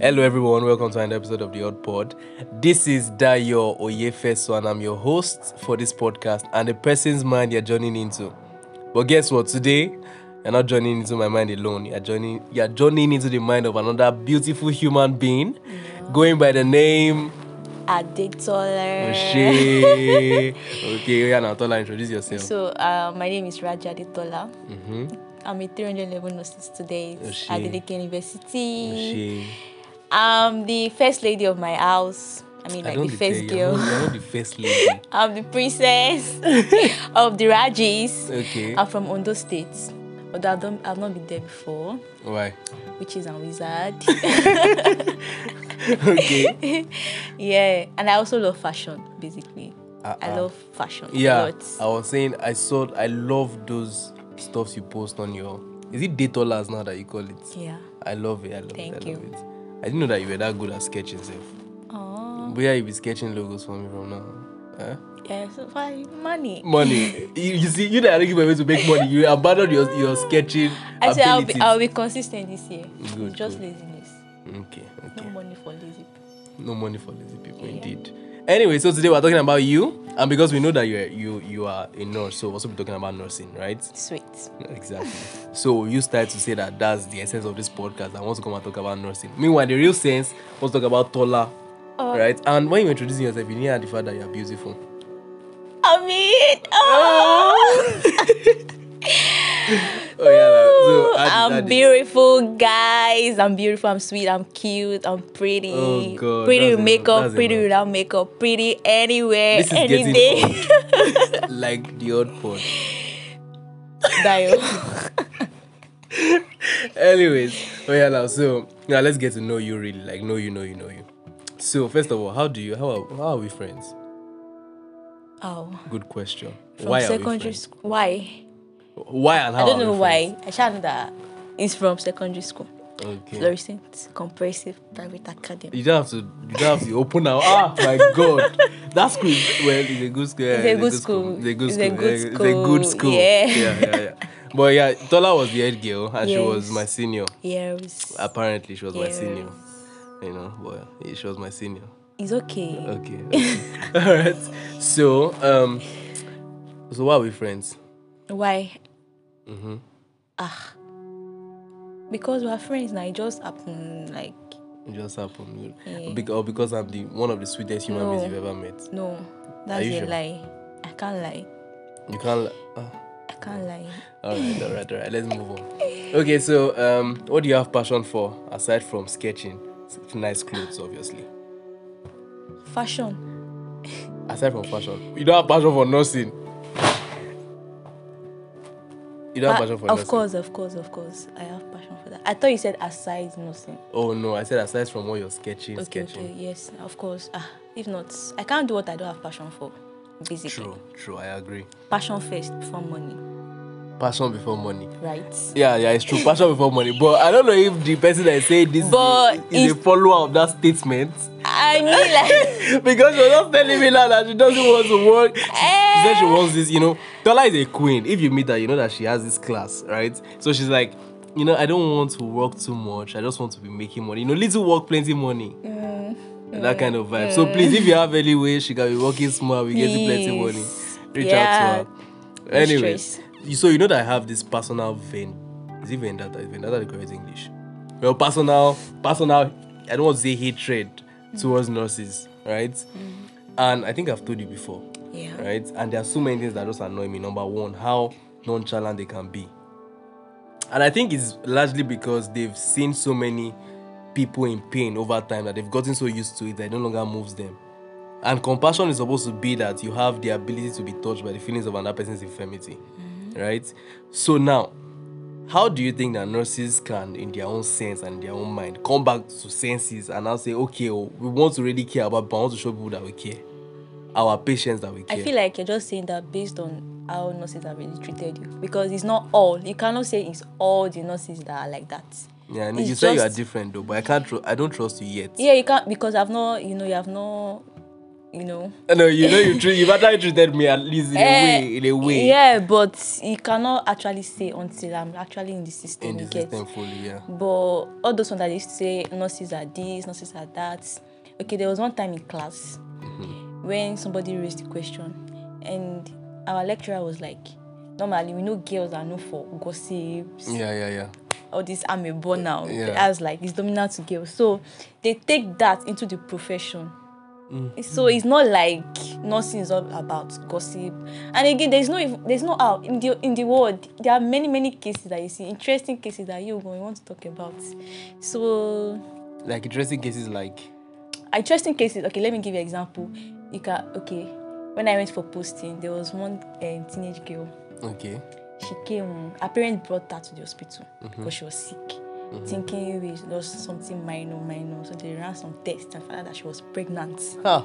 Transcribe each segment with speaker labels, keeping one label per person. Speaker 1: Hello, everyone. Welcome to another episode of The Odd Pod. This is Dayo Oyefeso, and I'm your host for this podcast and the person's mind you're joining into. But guess what? Today, you're not joining into my mind alone. You're joining, you're joining into the mind of another beautiful human being going by the name Oh,
Speaker 2: Adetola.
Speaker 1: Oshe. okay, yeah, now, Tola, introduce yourself.
Speaker 2: So uh, my name is Raja Adetola.
Speaker 1: mm-hmm. Oh,
Speaker 2: I'm a 311 nurses today
Speaker 1: Oshe.
Speaker 2: at Adeleke University.
Speaker 1: Oshe.
Speaker 2: I'm the first lady of my house. I mean,
Speaker 1: I
Speaker 2: like
Speaker 1: don't
Speaker 2: the first
Speaker 1: detect- You're
Speaker 2: girl.
Speaker 1: not, you're not the first lady.
Speaker 2: I'm the princess of the Rajis.
Speaker 1: Okay.
Speaker 2: I'm from Ondo State, although I've, done, I've not been there before,
Speaker 1: Why?
Speaker 2: which is a wizard.
Speaker 1: okay.
Speaker 2: yeah, and I also love fashion, basically. I
Speaker 1: Uh-uh.
Speaker 2: love fashion a
Speaker 1: Yeah,
Speaker 2: lot.
Speaker 1: I was saying I saw I love those stuffs you post on your is it datolas now that you call it?
Speaker 2: Yeah.
Speaker 1: I love it. I love it.
Speaker 2: Thank
Speaker 1: I
Speaker 2: you.
Speaker 1: love it. I didn't know that you were that good at sketching self.
Speaker 2: Oh.
Speaker 1: But yeah, you'll be sketching logos for me from now. Eh?
Speaker 2: Yeah, so why money?
Speaker 1: Money. you, you see, you that are looking for a way to make money. You abandon your your sketching
Speaker 2: I say I'll be
Speaker 1: abilities.
Speaker 2: I'll be consistent this year.
Speaker 1: Good,
Speaker 2: Just
Speaker 1: good.
Speaker 2: laziness.
Speaker 1: Okay,
Speaker 2: No
Speaker 1: okay.
Speaker 2: money for lazy people.
Speaker 1: No money for lazy people, indeed. Anyway, so today we're talking about you, and because we know that you're you you are a nurse, so we'll also be talking about nursing, right?
Speaker 2: Sweet.
Speaker 1: Exactly. so you started to say that that's the essence of this podcast. I want to come and talk about nursing. Meanwhile, the real sense was talk about taller,
Speaker 2: Oh.
Speaker 1: right? And when you were introducing yourself, you didn't add the fact that you're beautiful.
Speaker 2: I mean
Speaker 1: Ah!
Speaker 2: oh,
Speaker 1: Oh yeah. So add-
Speaker 2: I'm
Speaker 1: add it.
Speaker 2: beautiful guys. I'm beautiful, I'm sweet, I'm cute, I'm pretty.
Speaker 1: Oh, God,
Speaker 2: pretty
Speaker 1: that's
Speaker 2: with
Speaker 1: enough,
Speaker 2: makeup,
Speaker 1: that's
Speaker 2: pretty
Speaker 1: enough.
Speaker 2: without makeup, pretty anywhere,
Speaker 1: This is
Speaker 2: any
Speaker 1: getting
Speaker 2: day.
Speaker 1: old. like the odd pod.
Speaker 2: Dio.
Speaker 1: Anyways, oh yeah now. So now let's get to know you really, like know you, know you, know you. So first of all, how do you how are, how are we friends?
Speaker 2: Oh.
Speaker 1: Good question.
Speaker 2: From
Speaker 1: why are we
Speaker 2: secondary
Speaker 1: friends?
Speaker 2: school. Why?
Speaker 1: Why and how?
Speaker 2: I don't
Speaker 1: are
Speaker 2: know
Speaker 1: we
Speaker 2: why. I shall know that it's from secondary school.
Speaker 1: friends? Okay.
Speaker 2: Fluorescent Comprehensive Private Academy.
Speaker 1: You don't have to. You don't have to open now. Ah, my God, that school. Is, well, it's a good school. yeah,
Speaker 2: It's a good
Speaker 1: It's
Speaker 2: school.
Speaker 1: a good
Speaker 2: It's
Speaker 1: school.
Speaker 2: a
Speaker 1: yeah,
Speaker 2: good
Speaker 1: It's a good
Speaker 2: school,
Speaker 1: school.
Speaker 2: yeah.
Speaker 1: yeah, yeah. yeah. But yeah, Tola was the head girl, and she was
Speaker 2: Yes.
Speaker 1: my senior.
Speaker 2: Yes.
Speaker 1: Apparently, she was my senior.
Speaker 2: Yes.
Speaker 1: You know, but yeah, she was my senior.
Speaker 2: It's okay.
Speaker 1: Okay. okay. All right. So, um, so why are we friends?
Speaker 2: Why? Ah.
Speaker 1: Mm-hmm.
Speaker 2: Because we are friends now. It just happened like
Speaker 1: It just happened.
Speaker 2: Yeah.
Speaker 1: Because, or because I'm the one of the sweetest human
Speaker 2: No.
Speaker 1: beings you've ever met.
Speaker 2: no. That's
Speaker 1: you
Speaker 2: a
Speaker 1: sure?
Speaker 2: lie. I can't lie.
Speaker 1: You can't. li- ah.
Speaker 2: I can't lie.
Speaker 1: all right all right all right let's move on okay so um what do you have passion for aside from sketching s- nice clothes obviously
Speaker 2: Fashion.
Speaker 1: aside from fashion you don't have passion for nursing you don't have
Speaker 2: Pa-
Speaker 1: passion for
Speaker 2: Ah, Uh, of
Speaker 1: nursing
Speaker 2: course, of course, of course. I have passion for that. I thought you said aside nothing.
Speaker 1: oh no i said aside from what you're sketching
Speaker 2: Okay,
Speaker 1: sketching
Speaker 2: okay, yes, of course. Ah, if not, I can't do what I don't have passion for. Basically.
Speaker 1: true true i agree
Speaker 2: Passion first before money.
Speaker 1: passion before money
Speaker 2: Right?
Speaker 1: yeah yeah it's true passion before money but i don't know if the person that said this is-
Speaker 2: But
Speaker 1: is a
Speaker 2: it's-
Speaker 1: follower of that statement
Speaker 2: I mean like
Speaker 1: because you're not telling me now that she doesn't want to work. She said
Speaker 2: eh.
Speaker 1: she wants this, you know. Tola is a queen. If you meet her, you know that she has this class, right? So she's like, you know, I don't want to work too much. I just want to be making money. You know, little work, plenty money.
Speaker 2: Mm,
Speaker 1: That kind of vibe. So please, if you have any way, she can be working smart, we getting plenty money.
Speaker 2: Please.
Speaker 1: Reach
Speaker 2: Yeah.
Speaker 1: out to her.
Speaker 2: No
Speaker 1: Anyway,
Speaker 2: stress.
Speaker 1: you- so you know that I have this personal vein. Is it vendetta? Is vendetta the correct English? Well, personal, personal. I don't want to say hatred
Speaker 2: Mm.
Speaker 1: towards nurses, right? And I think I've told you before,
Speaker 2: Yeah.
Speaker 1: right? And there are so many things that just annoy me. Number one, how nonchalant they can be, and I think it's largely because they've seen so many people in pain over time that they've gotten so used to it that it no longer moves them. And compassion is supposed to be that you have the ability to be touched by the feelings of another person's infirmity,
Speaker 2: Mm-hmm.
Speaker 1: right? So now, how do you think that nurses can, in their own sense and their own mind, come back to senses and now say, okay, oh, we want to really care about, but I want to show people that we care, our patients that we care.
Speaker 2: I feel like you're just saying that based on how nurses have really treated you because it's not all. You cannot say it's all the nurses that are like that.
Speaker 1: yeah, I know
Speaker 2: it's
Speaker 1: you say you are
Speaker 2: just-
Speaker 1: different though, but I can't. Tr- I don't trust you yet.
Speaker 2: Yeah, you can't because I've not, you know, you have not you know.
Speaker 1: No, you know you treat, you've actually treated me at least in a
Speaker 2: Eh,
Speaker 1: way, in a way,
Speaker 2: Yeah, but you cannot actually say until I'm actually in the system.
Speaker 1: in the
Speaker 2: you get.
Speaker 1: system fully. Yeah.
Speaker 2: But all those ones that they used to say nurses are this, nurses are that. Okay, there was one time in class when somebody raised the question, and our lecturer was like, "Normally, we know girls are known for gossips,
Speaker 1: Yeah, yeah, yeah.
Speaker 2: all this I'm a boy now.
Speaker 1: Yeah.
Speaker 2: As like it's dominant to girls. So they take that into the profession. So it's not like nothing is all about gossip. And again, there's no ev- there's no how in the in the world there are many many cases that you see interesting cases that you going want to talk about. So
Speaker 1: Like interesting cases, like
Speaker 2: interesting cases. Okay, let me give you an example. You can okay. When I went for posting, there was one um, teenage girl.
Speaker 1: okay,
Speaker 2: she came her parents brought her to the hospital because she was sick thinking we lost something minor minor so they ran some tests and found out that she was pregnant
Speaker 1: huh?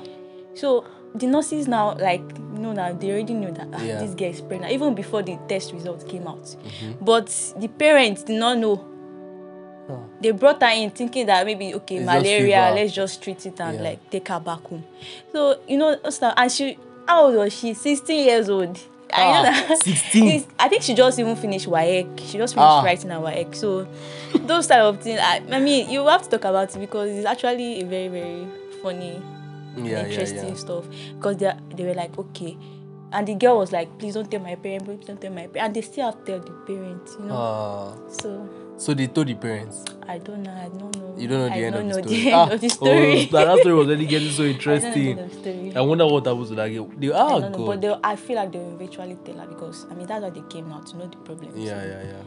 Speaker 2: so the nurses now like you know now they already knew that ah,
Speaker 1: Yeah.
Speaker 2: this girl is pregnant even before the test result came out but the parents did not know
Speaker 1: Mm-hmm. Huh.
Speaker 2: they brought her in thinking that maybe okay
Speaker 1: It's just
Speaker 2: malaria
Speaker 1: fever.
Speaker 2: let's just treat it and
Speaker 1: Yeah.
Speaker 2: like take her back home so you know us now- and she how old was she sixteen years old
Speaker 1: Ah,
Speaker 2: i know that
Speaker 1: 16.
Speaker 2: this- i think she just even finish waec E she just finish
Speaker 1: Ah.
Speaker 2: writing her waec so those type of things i i mean you have to talk about it because it's actually a very very funny
Speaker 1: Yeah, yeah,
Speaker 2: interesting
Speaker 1: yeah.
Speaker 2: stuff because they, are- they were like okay and the girl was like please don't tell my parents please don't tell my parents and they still have to tell the parents you know
Speaker 1: Uh,
Speaker 2: so
Speaker 1: so they told the parents.
Speaker 2: I don't know. I don't know.
Speaker 1: You don't know the
Speaker 2: I
Speaker 1: end
Speaker 2: don't
Speaker 1: of
Speaker 2: know
Speaker 1: the story.
Speaker 2: The end
Speaker 1: Ah,
Speaker 2: of the story.
Speaker 1: Oh, that that story was already getting so
Speaker 2: I don't know the
Speaker 1: interesting.
Speaker 2: end of the story.
Speaker 1: I wonder what happens to that game. They,
Speaker 2: I
Speaker 1: oh,
Speaker 2: don't know, but
Speaker 1: God.
Speaker 2: they, I feel like they will eventually tell her because I mean that's why they came now to know the problem.
Speaker 1: yeah, yeah, yeah.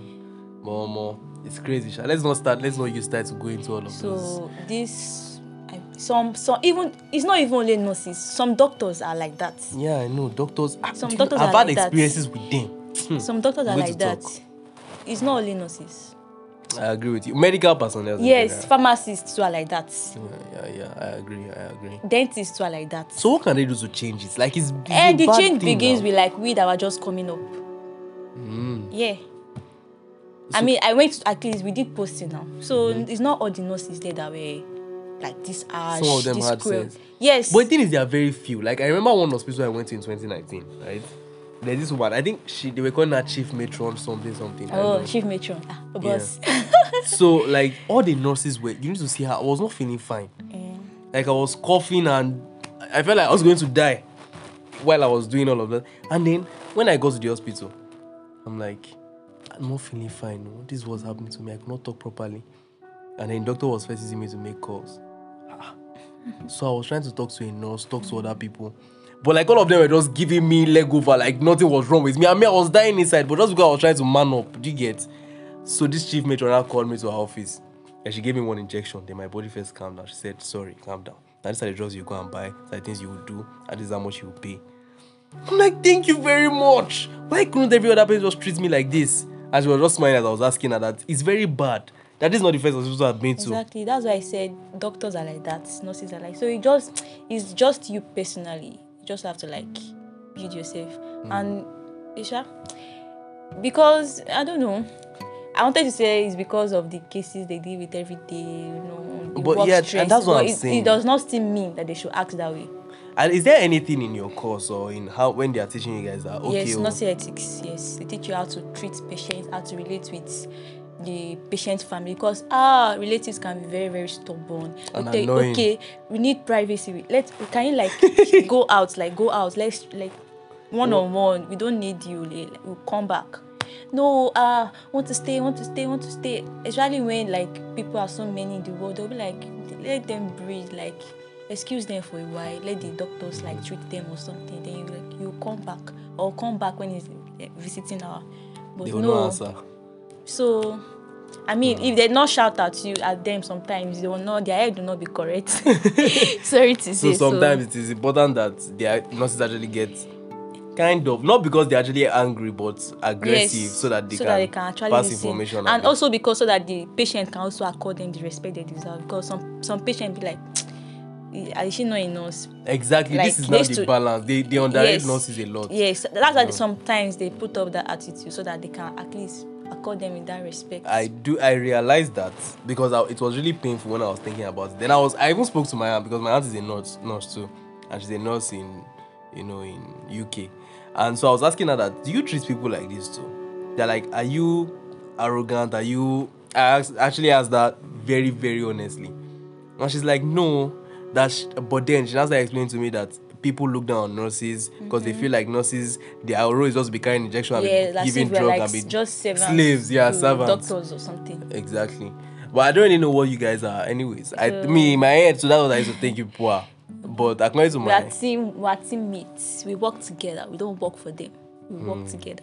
Speaker 1: More, more. It's crazy. Sha. Let's not start. Let's not use time to go into all of those.
Speaker 2: So this, I, some some even it's not even only nurses. Some doctors are like that.
Speaker 1: Yeah, I know. Doctors. ah,
Speaker 2: Some
Speaker 1: do you-
Speaker 2: doctors
Speaker 1: I've
Speaker 2: are
Speaker 1: had
Speaker 2: like that.
Speaker 1: experiences with them. Hmm.
Speaker 2: Some doctors are
Speaker 1: Way to
Speaker 2: like that.
Speaker 1: talk.
Speaker 2: It's not only nurses.
Speaker 1: I agree with you. Medical personnel. in
Speaker 2: Yes,
Speaker 1: general.
Speaker 2: pharmacists too are like that.
Speaker 1: Yeah, yeah, yeah. I agree. I agree.
Speaker 2: Dentists too are like that.
Speaker 1: So what can they do to change it? Like it's, it's a
Speaker 2: And Eh, the
Speaker 1: bad
Speaker 2: change
Speaker 1: thing
Speaker 2: begins
Speaker 1: now.
Speaker 2: with like we that were just coming up.
Speaker 1: Mm.
Speaker 2: Yeah. I mean, I went to, at least we did posting now, so it's not all the nurses there that were like this harsh,
Speaker 1: Mm-hmm. Some of them
Speaker 2: this
Speaker 1: had
Speaker 2: cruel.
Speaker 1: sense.
Speaker 2: Yes.
Speaker 1: But the thing is, there are very few. Like I remember one hospital I went to in 2019. Right. There's this woman. I think she they were calling her chief matron something something. I don't
Speaker 2: oh,
Speaker 1: know.
Speaker 2: chief matron, ah, boss.
Speaker 1: so like all the nurses were. You need to see her. I was not feeling fine.
Speaker 2: Eh,
Speaker 1: Like I was coughing and I I felt like I was going to die while I was doing all of that. And then when I got to the hospital, I'm like, "Ah, I'm not feeling fine. no. This was happening to me. I could not talk properly. And then doctor was forcing me to make calls. Ah. So I was trying to talk to a nurse, talk to other people. But like all of them were just giving me leg over, like nothing was wrong with me. I mean, I was dying inside, but just because I was trying to man up, do you get? So this chief matron now called me to her office and she gave me one injection. Then my body first calmed down. She said, sorry, calm down. Now these are the drugs you go and buy, these are the things you will do, and this is how much you will pay. I'm like, thank you very much. Why couldn't every other person just treat me like this? And she was just smiling as I was asking her that it's very bad. That is not the first hospital I've been to.
Speaker 2: exactly. That's why I said doctors are like that, nurses are like. So it just, it's just you personally. You just have to like build yourself.
Speaker 1: Mm.
Speaker 2: And Isha, because I don't know. I wanted to say it's because of the cases they deal with every day, you know, the
Speaker 1: But
Speaker 2: work
Speaker 1: yeah, and
Speaker 2: stress.
Speaker 1: that's what
Speaker 2: but
Speaker 1: I'm
Speaker 2: it,
Speaker 1: saying.
Speaker 2: It does not still mean that they should act that way.
Speaker 1: And is there anything in your course or in how when they are teaching you guys that okay?
Speaker 2: yes,
Speaker 1: oh,
Speaker 2: nursing ethics. Yes, they teach you how to treat patients, how to relate with the patient family because ah relatives can be very very stubborn
Speaker 1: And
Speaker 2: okay
Speaker 1: annoying.
Speaker 2: okay we need privacy let's can you like go out like go out let's like one on one we don't need you like, we'll come back no ah want to stay want to stay want to stay especially when like people are so many in the world they'll be like let them breathe like excuse them for a while let the doctors like treat them or something then you like you come back or come back when it's eh, visiting hour but
Speaker 1: they will
Speaker 2: no
Speaker 1: not answer.
Speaker 2: so i mean if they not shout at you at them sometimes they will not their head will not be correct sorry
Speaker 1: So
Speaker 2: to say so
Speaker 1: sometimes it is important that their nurses actually get kind of not because they're actually angry but aggressive so that they
Speaker 2: so
Speaker 1: can,
Speaker 2: that they can actually
Speaker 1: pass
Speaker 2: listen.
Speaker 1: information
Speaker 2: and
Speaker 1: along.
Speaker 2: also because so that the patient can also accord them the respect they deserve because some some patient be like "Eh, is she not a nurse
Speaker 1: exactly
Speaker 2: like,
Speaker 1: this is not
Speaker 2: needs
Speaker 1: the
Speaker 2: to-
Speaker 1: balance. They they underrate
Speaker 2: Yes.
Speaker 1: nurses a lot. Mm.
Speaker 2: yes that's why sometimes they put up that attitude so that they can at least accord them with that respect
Speaker 1: I do. I realized that because I, it was really painful when I was thinking about it. Then I was. I even spoke to my aunt because my aunt is a nurse, nurse too. and she's a nurse in you know in UK. And so I was asking her that do you treat people like this too? They're like, are you arrogant? Are you I asked, actually asked that very, very honestly. And she's like, no, that's but then she has to explain to me that people look down on nurses because they feel like nurses their role is just to be carrying injection and
Speaker 2: Mm-hmm. yeah,
Speaker 1: be
Speaker 2: like
Speaker 1: giving
Speaker 2: if we're
Speaker 1: drug
Speaker 2: like
Speaker 1: and be
Speaker 2: just servants
Speaker 1: slaves, yeah,
Speaker 2: to
Speaker 1: servants.
Speaker 2: doctors or something.
Speaker 1: Exactly. But I don't really know what you guys are, anyways. I me in my head, so that's what I used to think you poor. But according to
Speaker 2: We are
Speaker 1: my
Speaker 2: team. We are teammates. We work together. We don't work for them. We work together.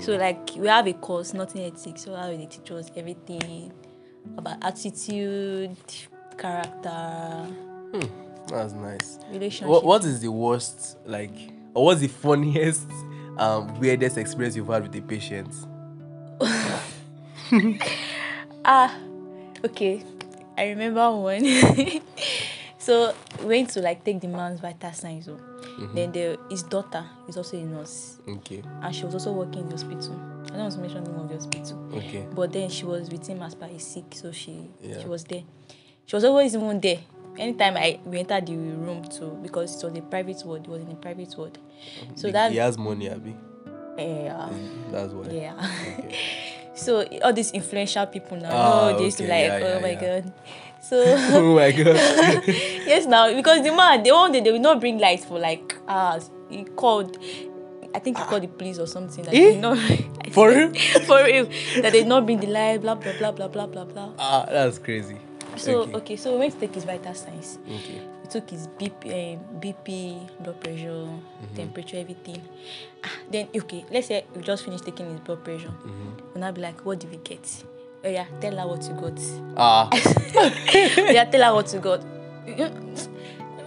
Speaker 2: So like we have a course, not in ethics. So how they teach us everything about attitude, character,
Speaker 1: that's nice.
Speaker 2: relationship.
Speaker 1: What, what is the worst, like, or what's the funniest, um, weirdest experience you've had with a patient?
Speaker 2: Ah, okay. I remember one. so we went to like take the man's vital signs. oh. Then the, his daughter is also a nurse,
Speaker 1: Okay,
Speaker 2: and she was also working in the hospital. I don't want to mention the name of the hospital,
Speaker 1: okay.
Speaker 2: but then she was with him as per his sick, so she
Speaker 1: Yeah.
Speaker 2: she was there. She was always even there. Anytime I we entered the room too, because it was a private ward. It was in a private ward. So
Speaker 1: he,
Speaker 2: that
Speaker 1: he has money, Abby.
Speaker 2: eh, ah,
Speaker 1: That's why.
Speaker 2: yeah.
Speaker 1: Okay.
Speaker 2: So all these influential people now,
Speaker 1: Ah,
Speaker 2: oh, they used to be
Speaker 1: okay,
Speaker 2: like,
Speaker 1: yeah,
Speaker 2: oh
Speaker 1: yeah,
Speaker 2: my
Speaker 1: yeah.
Speaker 2: god. So
Speaker 1: oh my god.
Speaker 2: yes now because the man the one day they will not bring light for like hours he called i think he called the police or something that
Speaker 1: Eh?
Speaker 2: they not
Speaker 1: For real?
Speaker 2: for real that they not bring the light blah blah blah blah blah blah blah
Speaker 1: ah, that's crazy.
Speaker 2: so okay,
Speaker 1: okay.
Speaker 2: so we went to take his vital signs
Speaker 1: okay.
Speaker 2: we took his BP, um, BP blood pressure,
Speaker 1: Mm-hmm.
Speaker 2: temperature, everything. Ah, Then, okay, let's say we just finished taking his blood pressure.
Speaker 1: Mm-hmm.
Speaker 2: We'll now be like, what did we get? Oh, yeah, tell her what you got.
Speaker 1: Ah,
Speaker 2: yeah, tell her what you got. You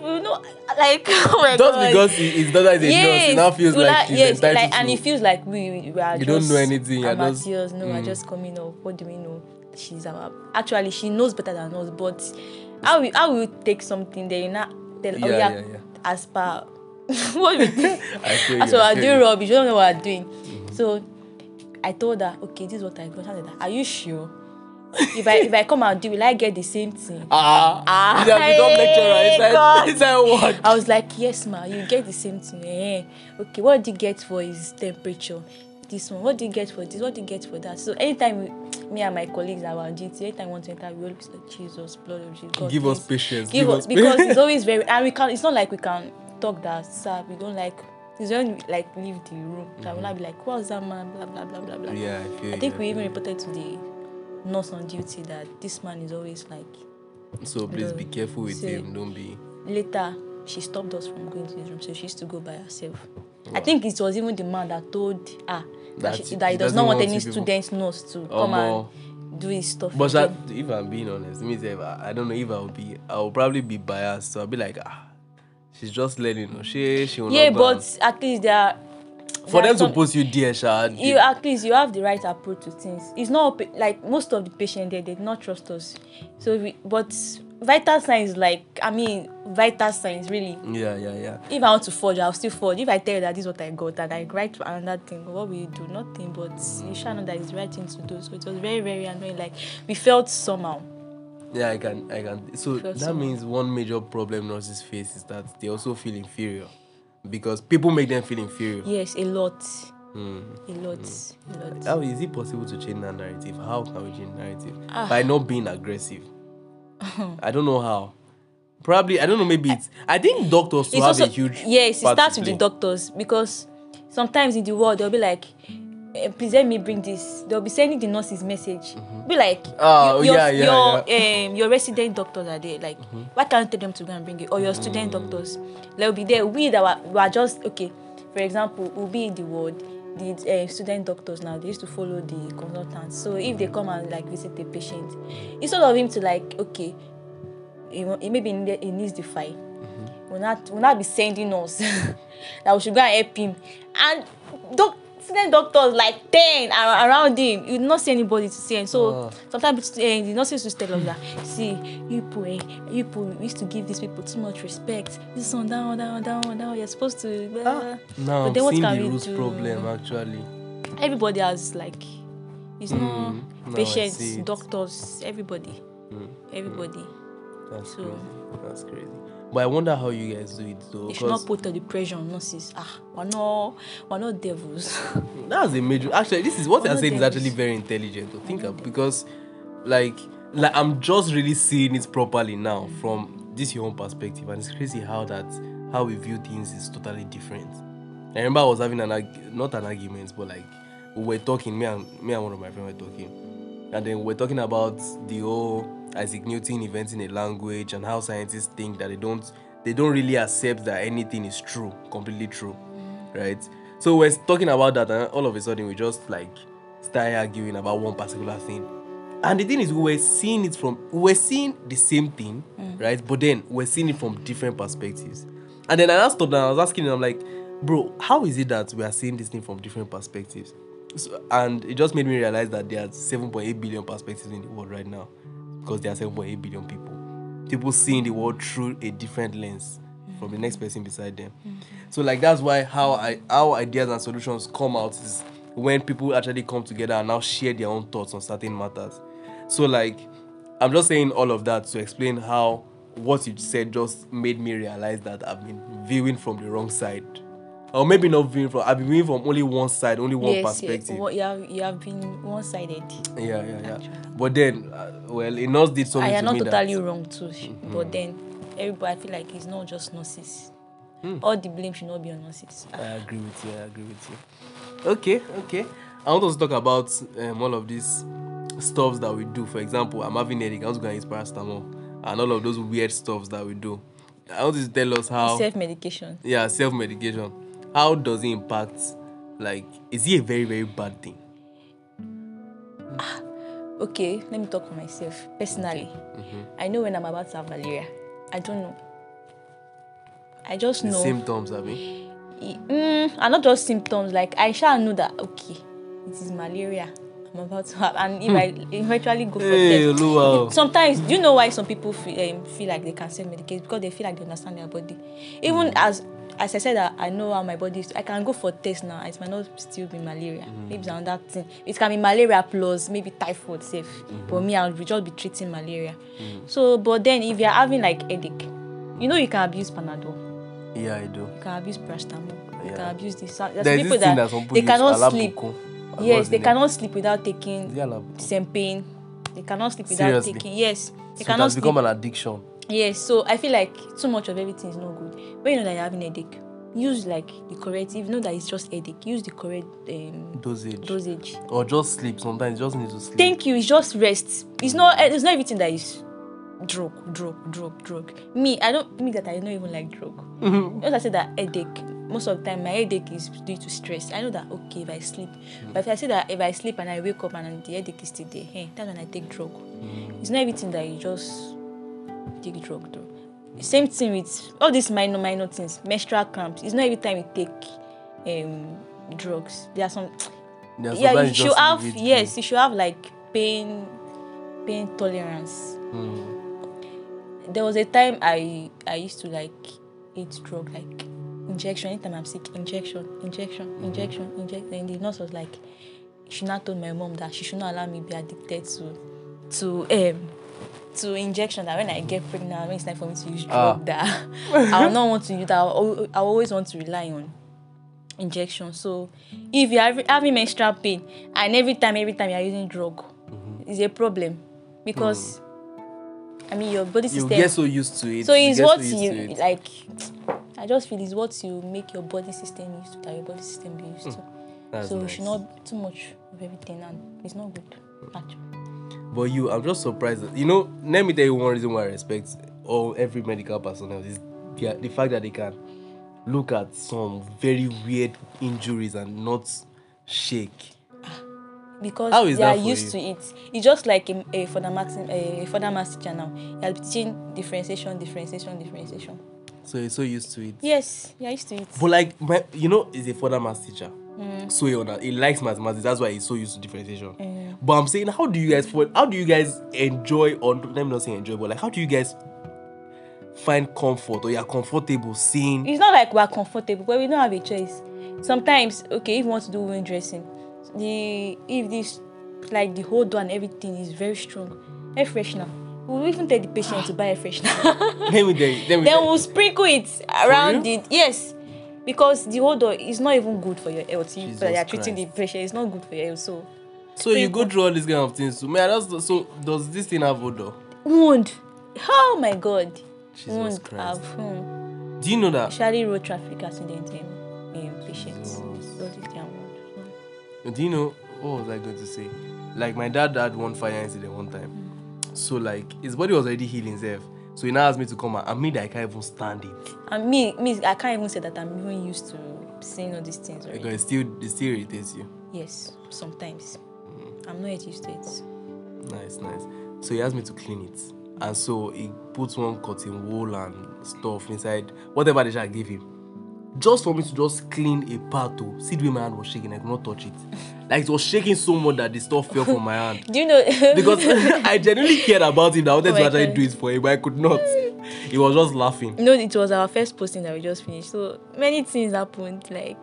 Speaker 2: know, like oh my
Speaker 1: just
Speaker 2: god.
Speaker 1: because he- his daughter is a nurse, it now feels
Speaker 2: we
Speaker 1: like she's
Speaker 2: yes,
Speaker 1: entitled
Speaker 2: like,
Speaker 1: to.
Speaker 2: and it feels like we, we are
Speaker 1: You
Speaker 2: just
Speaker 1: don't know anything, you're
Speaker 2: amateurs.
Speaker 1: just- mm.
Speaker 2: no, we're just coming up. What do we know? She's our actually she knows better than us, but how will how will you take something then you not tell oh
Speaker 1: Yeah,
Speaker 2: yeah,
Speaker 1: yeah, yeah.
Speaker 2: as per what we do.
Speaker 1: I feel you,
Speaker 2: as we
Speaker 1: I
Speaker 2: are
Speaker 1: feel
Speaker 2: doing
Speaker 1: you. Mm-hmm.
Speaker 2: rubbish, you don't know what we're doing. So I told her, okay, this is what I got. I said, are you sure? if I if I come and do, will I get the same thing?
Speaker 1: ah,
Speaker 2: Ah,
Speaker 1: he has become lecturer
Speaker 2: hey,
Speaker 1: inside,
Speaker 2: God.
Speaker 1: inside what?
Speaker 2: I was like, yes, ma, you get the same thing. Eh. Okay, what did you get for his temperature? This one. What did you get for this? What did you get for that? So anytime we, me and my colleagues are on duty, anytime we want to enter, we always like, Jesus, blood of Jesus. God,
Speaker 1: Give us
Speaker 2: please.
Speaker 1: patience,
Speaker 2: Give,
Speaker 1: give
Speaker 2: us
Speaker 1: us
Speaker 2: because
Speaker 1: patience.
Speaker 2: it's always very and we can. It's not like we can talk that, sir. We don't like. It's when we like leave the room. That will not be like, what's that man? Blah blah blah blah blah.
Speaker 1: Mm-hmm. Yeah, I feel
Speaker 2: I think
Speaker 1: you.
Speaker 2: we even reported to the nurse on duty that this man is always like
Speaker 1: So please be
Speaker 2: No.
Speaker 1: careful with
Speaker 2: So-
Speaker 1: him. Don't be.
Speaker 2: later she stopped us from going to his room so she used to go by herself i think it was even the man that told her that,
Speaker 1: That
Speaker 2: she,
Speaker 1: he
Speaker 2: that he does
Speaker 1: doesn't
Speaker 2: not want
Speaker 1: want
Speaker 2: any
Speaker 1: you people-
Speaker 2: student nurse to come
Speaker 1: Omo.
Speaker 2: and do his stuff
Speaker 1: But
Speaker 2: again.
Speaker 1: that, if I'm being honest, me sef, I I don't know if I'll be. I'll probably be biased. So I'll be like, ah, she's just learning. oh, She she will
Speaker 2: yeah
Speaker 1: not. go
Speaker 2: but
Speaker 1: and-"
Speaker 2: at least there are
Speaker 1: for
Speaker 2: there are
Speaker 1: them to
Speaker 2: some-
Speaker 1: post you there, sha,
Speaker 2: you
Speaker 1: they-
Speaker 2: at least you have the right approach to things it's not pa- like most of the patient there they did not trust us so we but vital signs like i mean vital signs really
Speaker 1: yeah, yeah, yeah.
Speaker 2: if i want to forge i will still forge if i tell you that this is what i got and i write to another thing what will you do nothing but you sha know that it's the right thing to do so it was very very annoying like we felt somehow
Speaker 1: Yeah, I can, I can. So
Speaker 2: Feel
Speaker 1: that
Speaker 2: so-
Speaker 1: means one major problem nurses face is that they also feel inferior, because people make them feel inferior.
Speaker 2: yes a lot
Speaker 1: Hmm.
Speaker 2: a lot a lot
Speaker 1: How is it possible to change that narrative? How can we change narrative
Speaker 2: Ah.
Speaker 1: by not being aggressive? I don't know how. Probably I don't know. Maybe it's. I think doctors too
Speaker 2: it's
Speaker 1: have
Speaker 2: also
Speaker 1: a huge.
Speaker 2: yes it
Speaker 1: part to
Speaker 2: starts with the
Speaker 1: play.
Speaker 2: doctors because sometimes in the world they'll be like eh, please let me bring this they'll be sending the nurses message be like
Speaker 1: Ah,
Speaker 2: you- your,
Speaker 1: yeah, yeah, Mm-hmm.
Speaker 2: your, Um, your resident doctors are there like why can't you tell them to go and bring it or your student doctors they'll be there we that were, were just okay for example we'll be in the ward the uh, student doctors now they used to follow the consultants so if they come and like visit the patient instead of him to like okay he, wa- he maybe need, he needs the file. Mm-hmm. Will not will not be sending us that we should go and help him. And doc, student doctors like ten are around him. You not see anybody to see. And so
Speaker 1: Ah.
Speaker 2: uh. sometimes uh, the nurses used to tell us that see you people eh, you people we used to give these people too much respect. This one down down down down. You're supposed to. Blah, blah.
Speaker 1: Now
Speaker 2: but then
Speaker 1: Ah. I'm
Speaker 2: what
Speaker 1: seeing
Speaker 2: can
Speaker 1: the
Speaker 2: we
Speaker 1: roots
Speaker 2: do?
Speaker 1: problem actually.
Speaker 2: Everybody has like it's not
Speaker 1: Mm, now I see
Speaker 2: patients,
Speaker 1: it.
Speaker 2: doctors, everybody,
Speaker 1: Mm,
Speaker 2: everybody.
Speaker 1: That's
Speaker 2: So-
Speaker 1: crazy. That's crazy. But I wonder how you guys do it though.
Speaker 2: You should not
Speaker 1: 'cause
Speaker 2: put the depression, no sis. Ah, we're not, we're not devils.
Speaker 1: That's a major. Actually, this is what
Speaker 2: One
Speaker 1: you're
Speaker 2: of
Speaker 1: saying is
Speaker 2: them
Speaker 1: actually
Speaker 2: is-
Speaker 1: very intelligent to think of because, like, like I'm just really seeing it properly now from this your own perspective, and it's crazy how that how we view things is totally different. I remember I was having an arg- not an argument, but like we were talking. Me and me and one of my friends were talking, and then we were talking about the whole Isaac Newton inventing a language and how scientists think that they don't they don't really accept that anything is true, completely true, right? So we're talking about that, and all of a sudden we just like started arguing about one particular thing. And the thing is, we were seeing it from we were seeing the same thing, right? But then we're seeing it from different perspectives. And then I asked them, I was asking him, I'm like, bro, how is it that we are seeing this thing from different perspectives? So, and it just made me realize that there are 7.8 billion perspectives in the world right now because there are 7.8 billion people. People seeing the world through a different lens from the next person beside them.
Speaker 2: Mm-hmm.
Speaker 1: So like that's why how I how ideas and solutions come out is when people actually come together and now share their own thoughts on certain matters. So like I'm just saying all of that to explain how what you said just made me realize that I've been viewing from the wrong side. Or maybe not viewing from I've been viewing from only one side, only one
Speaker 2: yes, yes.
Speaker 1: perspective.
Speaker 2: What, you, have, you have been one-sided.
Speaker 1: Yeah, yeah, yeah. But then uh, well it not did something
Speaker 2: I
Speaker 1: to
Speaker 2: am Ah, not
Speaker 1: me
Speaker 2: totally
Speaker 1: that, Mm-hmm.
Speaker 2: wrong too, sh- but then everybody I feel like it's not just nurses.
Speaker 1: Hmm.
Speaker 2: All the blame should not be on nurses. Ah,
Speaker 1: I agree with you, I agree with you. Okay, okay. I want us to talk about um, all of these stuffs that we do. For example, I'm having headache, I was going to use paracetamol and all of those weird stuffs that we do. I want you to tell us how
Speaker 2: Self-medication.
Speaker 1: yeah self-medication how does it impact like is it a very very bad thing
Speaker 2: Okay, let me talk for myself personally.
Speaker 1: Mm-hmm.
Speaker 2: I know when I'm about to have malaria. I don't know. I just
Speaker 1: the
Speaker 2: know.
Speaker 1: symptoms i mean
Speaker 2: e- mm, are not just symptoms like i sha know that okay it is malaria i'm about to have and if i eventually go for
Speaker 1: Hmm. Hey,
Speaker 2: test
Speaker 1: Oluwa.
Speaker 2: it- sometimes do you know why some people feel, um, feel like they can self medicate because they feel like they understand their body even
Speaker 1: Hmm.
Speaker 2: mm. as as i said that i know how my body is i can go for test now and it might not still be malaria
Speaker 1: Hmm.
Speaker 2: mm. maybe na another thing it can be malaria plus maybe typhoid sef
Speaker 1: Hmm.
Speaker 2: mm. but me i will just be treating malaria mm. so but then if you are having like headache you know you can abuse panadol
Speaker 1: yeah i do
Speaker 2: you can abuse paracetamol you
Speaker 1: Yeah.
Speaker 2: can abuse this there's,
Speaker 1: There is
Speaker 2: people
Speaker 1: this thing
Speaker 2: that,
Speaker 1: that some people
Speaker 2: they
Speaker 1: use,
Speaker 2: cannot
Speaker 1: Alabuku,
Speaker 2: sleep
Speaker 1: and
Speaker 2: yes
Speaker 1: what's the
Speaker 2: they
Speaker 1: name?
Speaker 2: cannot sleep without taking
Speaker 1: Is it Alabuku?
Speaker 2: champagne they cannot sleep without
Speaker 1: Seriously?
Speaker 2: taking yes they
Speaker 1: so it
Speaker 2: cannot
Speaker 1: has
Speaker 2: sleep
Speaker 1: become an addiction
Speaker 2: yes so i feel like too much of everything is not good when you know that you're having headache use like the correct if you know that it's just headache use the correct um,
Speaker 1: dosage
Speaker 2: dosage
Speaker 1: or just sleep sometimes you just need to sleep
Speaker 2: thank you it's just rest it's not eh, it's not everything that is drug drug drug drug me i don't me that i don't even like drug mm-hmm. once i say that headache most of the time my headache is due to stress i know that okay if i sleep mm-hmm. but if i say that if i sleep and i wake up and the headache is still there hey, that's when i take drug mm-hmm. it's not everything that you just take drug though same thing with all these minor minor things menstrual cramps it's not every time you take um, drugs there are some
Speaker 1: There are
Speaker 2: yeah
Speaker 1: sometimes
Speaker 2: you should
Speaker 1: just
Speaker 2: have
Speaker 1: leave it
Speaker 2: yes you should have like pain pain tolerance
Speaker 1: Hmm.
Speaker 2: there was a time i i used to like eat drug like injection anytime i'm sick injection injection
Speaker 1: Hmm.
Speaker 2: injection injection and the nurse was like she now told my mom that she should not allow me be addicted to to um to injection that when i get pregnant when it's time for me to use
Speaker 1: Ah.
Speaker 2: drug that i will not want to use that i will al- I will always want to rely on injection so if you are having- having menstrual pain and every time every time you are using drug mm-hmm. it's a problem because mm. i mean your body
Speaker 1: you
Speaker 2: system
Speaker 1: get so used to it
Speaker 2: so
Speaker 1: you
Speaker 2: it's
Speaker 1: get
Speaker 2: what
Speaker 1: so used
Speaker 2: you
Speaker 1: to it.
Speaker 2: like i just feel it's what you make your body system used to that your body system be used to
Speaker 1: Hmm. That's
Speaker 2: so you
Speaker 1: nice.
Speaker 2: should not be too much of everything and it's not good actually
Speaker 1: But you, I'm just surprised. that- You know, let me tell you one reason why I respect all every medical personnel is the, the fact that they can look at some very weird injuries and not shake.
Speaker 2: because
Speaker 1: How is
Speaker 2: they are
Speaker 1: that for
Speaker 2: used
Speaker 1: you?
Speaker 2: to it it's just like a, a further maths a further maths teacher now you are teaching differentiation differentiation differentiation
Speaker 1: So you're so used to it.
Speaker 2: yes you are used to it
Speaker 1: But like my, you know, he's a further maths teacher. So he, under, he likes mathematics. That's why he's so used to differentiation. But I'm saying, how do you guys for how do you guys enjoy or let me not say enjoy, but like how do you guys find comfort or you're comfortable seeing?
Speaker 2: it's not like we're comfortable but we don't have a choice sometimes okay if you want to do wound dressing the if this like the hold on everything is very strong air freshener we'll even tell the patient to buy a freshener.
Speaker 1: Then we then, then we
Speaker 2: then we'll sprinkle it around
Speaker 1: real?
Speaker 2: it. Yes. Because the odor is not even good for your health. If
Speaker 1: Jesus
Speaker 2: they are treating
Speaker 1: Christ.
Speaker 2: the patient. It's not good for your health. So,
Speaker 1: so you go through all these kind of things. So, may I just, so does this thing have odor?
Speaker 2: wound. Oh my God.
Speaker 1: Jesus
Speaker 2: wound.
Speaker 1: Christ.
Speaker 2: I've, hmm.
Speaker 1: Do you know that?
Speaker 2: Especially road traffic accident in, in patients.
Speaker 1: Jesus.
Speaker 2: All this their wound. Hmm.
Speaker 1: Do you know what was I going to say? Like my dad had one fire incident one time. So like his body was already healing himself. So he now asked me to come out. I mean that I can't even stand it.
Speaker 2: And me, me, I can't even say that I'm even used to seeing all these things already.
Speaker 1: Because it still it still irritates you.
Speaker 2: Yes, sometimes.
Speaker 1: Mm.
Speaker 2: I'm not yet used to it.
Speaker 1: Nice, nice. So he asked me to clean it. And so he puts one cotton wool and stuff inside, whatever they shall give him. Just for me to just clean a part to see the way my hand was shaking, I could not touch it. Like it was shaking so much that the stuff fell from my hand.
Speaker 2: Do you know?
Speaker 1: Because I genuinely cared about him. that I wanted
Speaker 2: Oh
Speaker 1: to
Speaker 2: my
Speaker 1: actually
Speaker 2: God.
Speaker 1: do it for him, but I could not. He was just laughing.
Speaker 2: you know, it was our first posting that we just finished. So many things happened. Like,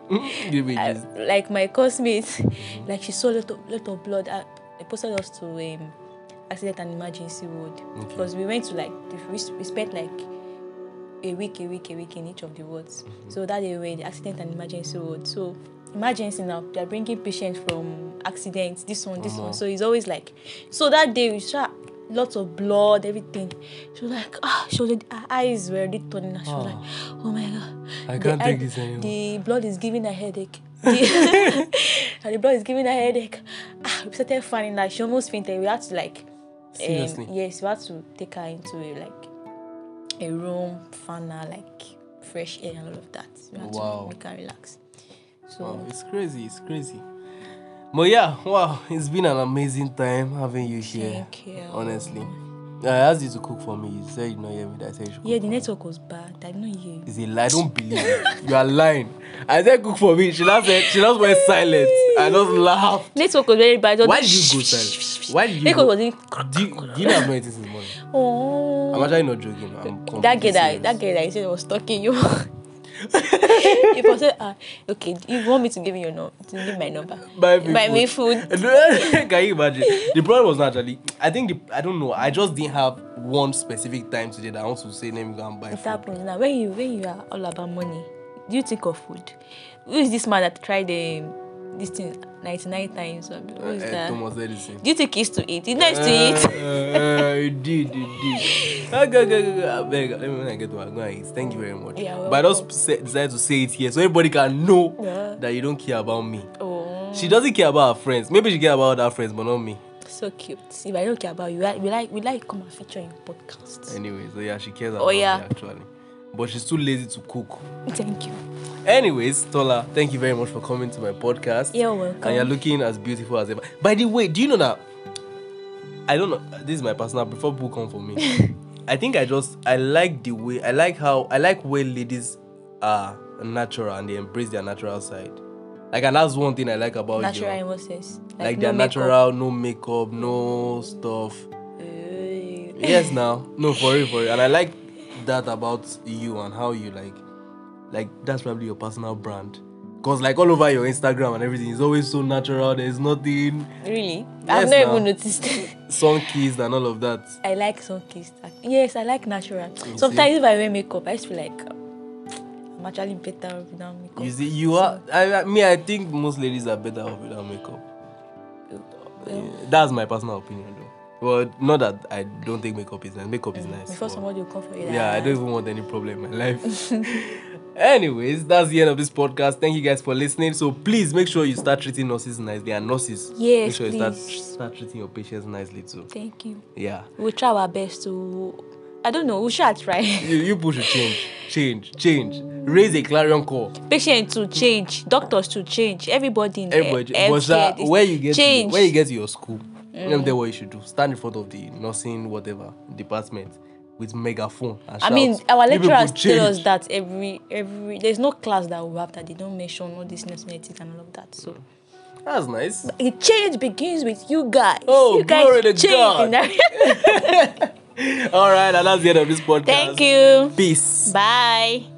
Speaker 1: Give me
Speaker 2: I,
Speaker 1: this.
Speaker 2: uh, like my classmate, like she saw a lot of, lot of blood. I, I posted us to um, accident and emergency ward because we went to like we, we spent like a week, a week, a week in each of the wards. So that day we were in the accident and emergency ward. So emergency now they're bringing patients from accidents. This one, this one. So it's always like. So that day we saw lots of blood, everything. She was like, ah, she was her eyes were already turning. and She was like, oh my god.
Speaker 1: I
Speaker 2: The
Speaker 1: can't
Speaker 2: eye-
Speaker 1: take this anymore.
Speaker 2: The blood is giving her headache. The, and the blood is giving her headache. Ah, we started finding that she almost fainted. We had to like. um,
Speaker 1: Seriously?
Speaker 2: yes, we had to take her into a like a room, fun, uh, like fresh air and all of that. You have
Speaker 1: Wow.
Speaker 2: to make her relax. So
Speaker 1: Wow, it's crazy, it's crazy. But yeah, wow, it's been an amazing time having you here.
Speaker 2: Thank you.
Speaker 1: Honestly. I asked you to cook for me. You said you know you did. I said you should cook.
Speaker 2: yeah, the
Speaker 1: for me.
Speaker 2: network was bad. I didn't hear you.
Speaker 1: It's a lie. I don't believe you. you are lying. I said cook for me. She just said she just went silent. I just laughed.
Speaker 2: Network was very bad.
Speaker 1: Why did you go silent? Why did you
Speaker 2: Network
Speaker 1: go?
Speaker 2: was in.
Speaker 1: Do you, do you know I've not eaten since morning? I'm
Speaker 2: Oh.
Speaker 1: actually not joking. I'm completely
Speaker 2: That girl that,
Speaker 1: serious.
Speaker 2: that girl that you said was stalking you. if I said, ah, okay, you want me to give you your number, to give my number.
Speaker 1: buy me
Speaker 2: Buy
Speaker 1: food. uh,
Speaker 2: me food.
Speaker 1: Can you imagine? The problem was not actually. I think the, I don't know. I just didn't have one specific time today that I want to say let me go and buy
Speaker 2: It
Speaker 1: food.
Speaker 2: happens now. When you when you are all about money, do you think of food? Who is this man that tried um, this thing ninety nine times? Or Who is
Speaker 1: Eh,
Speaker 2: that? Do
Speaker 1: Thomas Edison.
Speaker 2: you think he's to eat? He's nice to eat.
Speaker 1: Uh, indeed, indeed. Okay, okay, okay. I beg. Let me when I get to my go and eat. Thank you very much.
Speaker 2: Yeah,
Speaker 1: but I just say, decided to say it here so everybody can know
Speaker 2: Yeah.
Speaker 1: that you don't care about me.
Speaker 2: Oh,
Speaker 1: She doesn't care about her friends. Maybe she care about her friends, but not me.
Speaker 2: so cute. If I don't care about you, I- we like we like come and feature in podcast.
Speaker 1: Anyway, so yeah, she cares about
Speaker 2: Oh, yeah.
Speaker 1: me actually. But she's too lazy to cook.
Speaker 2: Thank you.
Speaker 1: Anyways, Tola, thank you very much for coming to my podcast.
Speaker 2: You're welcome.
Speaker 1: And you're looking as beautiful as ever. By the way, do you know that? I don't know. This is my personal. Before people come for me, I think I just I like the way I like how I like where ladies are natural and they embrace their natural side. Like, and that's one thing I like about
Speaker 2: natural
Speaker 1: you.
Speaker 2: in what sense?
Speaker 1: Oh, Like, they're
Speaker 2: makeup.
Speaker 1: natural, no makeup, no stuff.
Speaker 2: Eh,
Speaker 1: yes, now, no, for real, for real. And I like that about you and how you like like that's probably your personal brand because like all over your instagram and everything is always so natural there's nothing
Speaker 2: really?
Speaker 1: Yes,
Speaker 2: I've not
Speaker 1: now.
Speaker 2: even noticed.
Speaker 1: sun kissed and all of that
Speaker 2: I like sun kissed. Yes, I like natural. Sometimes if I wear makeup, I just feel like uh, I'm actually better without makeup.
Speaker 1: you see you are i, I mean i think most ladies are better off without makeup Yeah, that's my personal opinion though well not that i don't think makeup is nice makeup is nice
Speaker 2: before
Speaker 1: but-
Speaker 2: somebody will come for you. like,
Speaker 1: yeah i don't even want any problem in my life anyways that's the end of this podcast thank you guys for listening so please make sure you start treating nurses nice they are nurses
Speaker 2: Yes,
Speaker 1: make sure you start,
Speaker 2: please.
Speaker 1: start treating your patients nicely too
Speaker 2: Thank you.
Speaker 1: yeah
Speaker 2: We'll try our best to. I don't know. We shall try.
Speaker 1: you, you push to change, change, change. Raise a clarion call.
Speaker 2: Eh, Patients to change. Doctors to change. Everybody in
Speaker 1: Everybody,
Speaker 2: he-
Speaker 1: but sha,
Speaker 2: healthcare is-
Speaker 1: where you get
Speaker 2: change. Mm.
Speaker 1: To, where you get to your school, let me tell you what you should do. Stand in front of the nursing whatever department with megaphone and
Speaker 2: I
Speaker 1: shout,
Speaker 2: mean, our
Speaker 1: "You people
Speaker 2: lecturers tell us
Speaker 1: change."
Speaker 2: that every every there's no class that we have that they don't mention all this nationality and all of that. So
Speaker 1: That's nice.
Speaker 2: a change begins with you guys.
Speaker 1: Oh,
Speaker 2: you guys
Speaker 1: glory to
Speaker 2: change
Speaker 1: God.
Speaker 2: in-
Speaker 1: All right, and that's the end of this podcast.
Speaker 2: Thank you.
Speaker 1: Peace.
Speaker 2: Bye.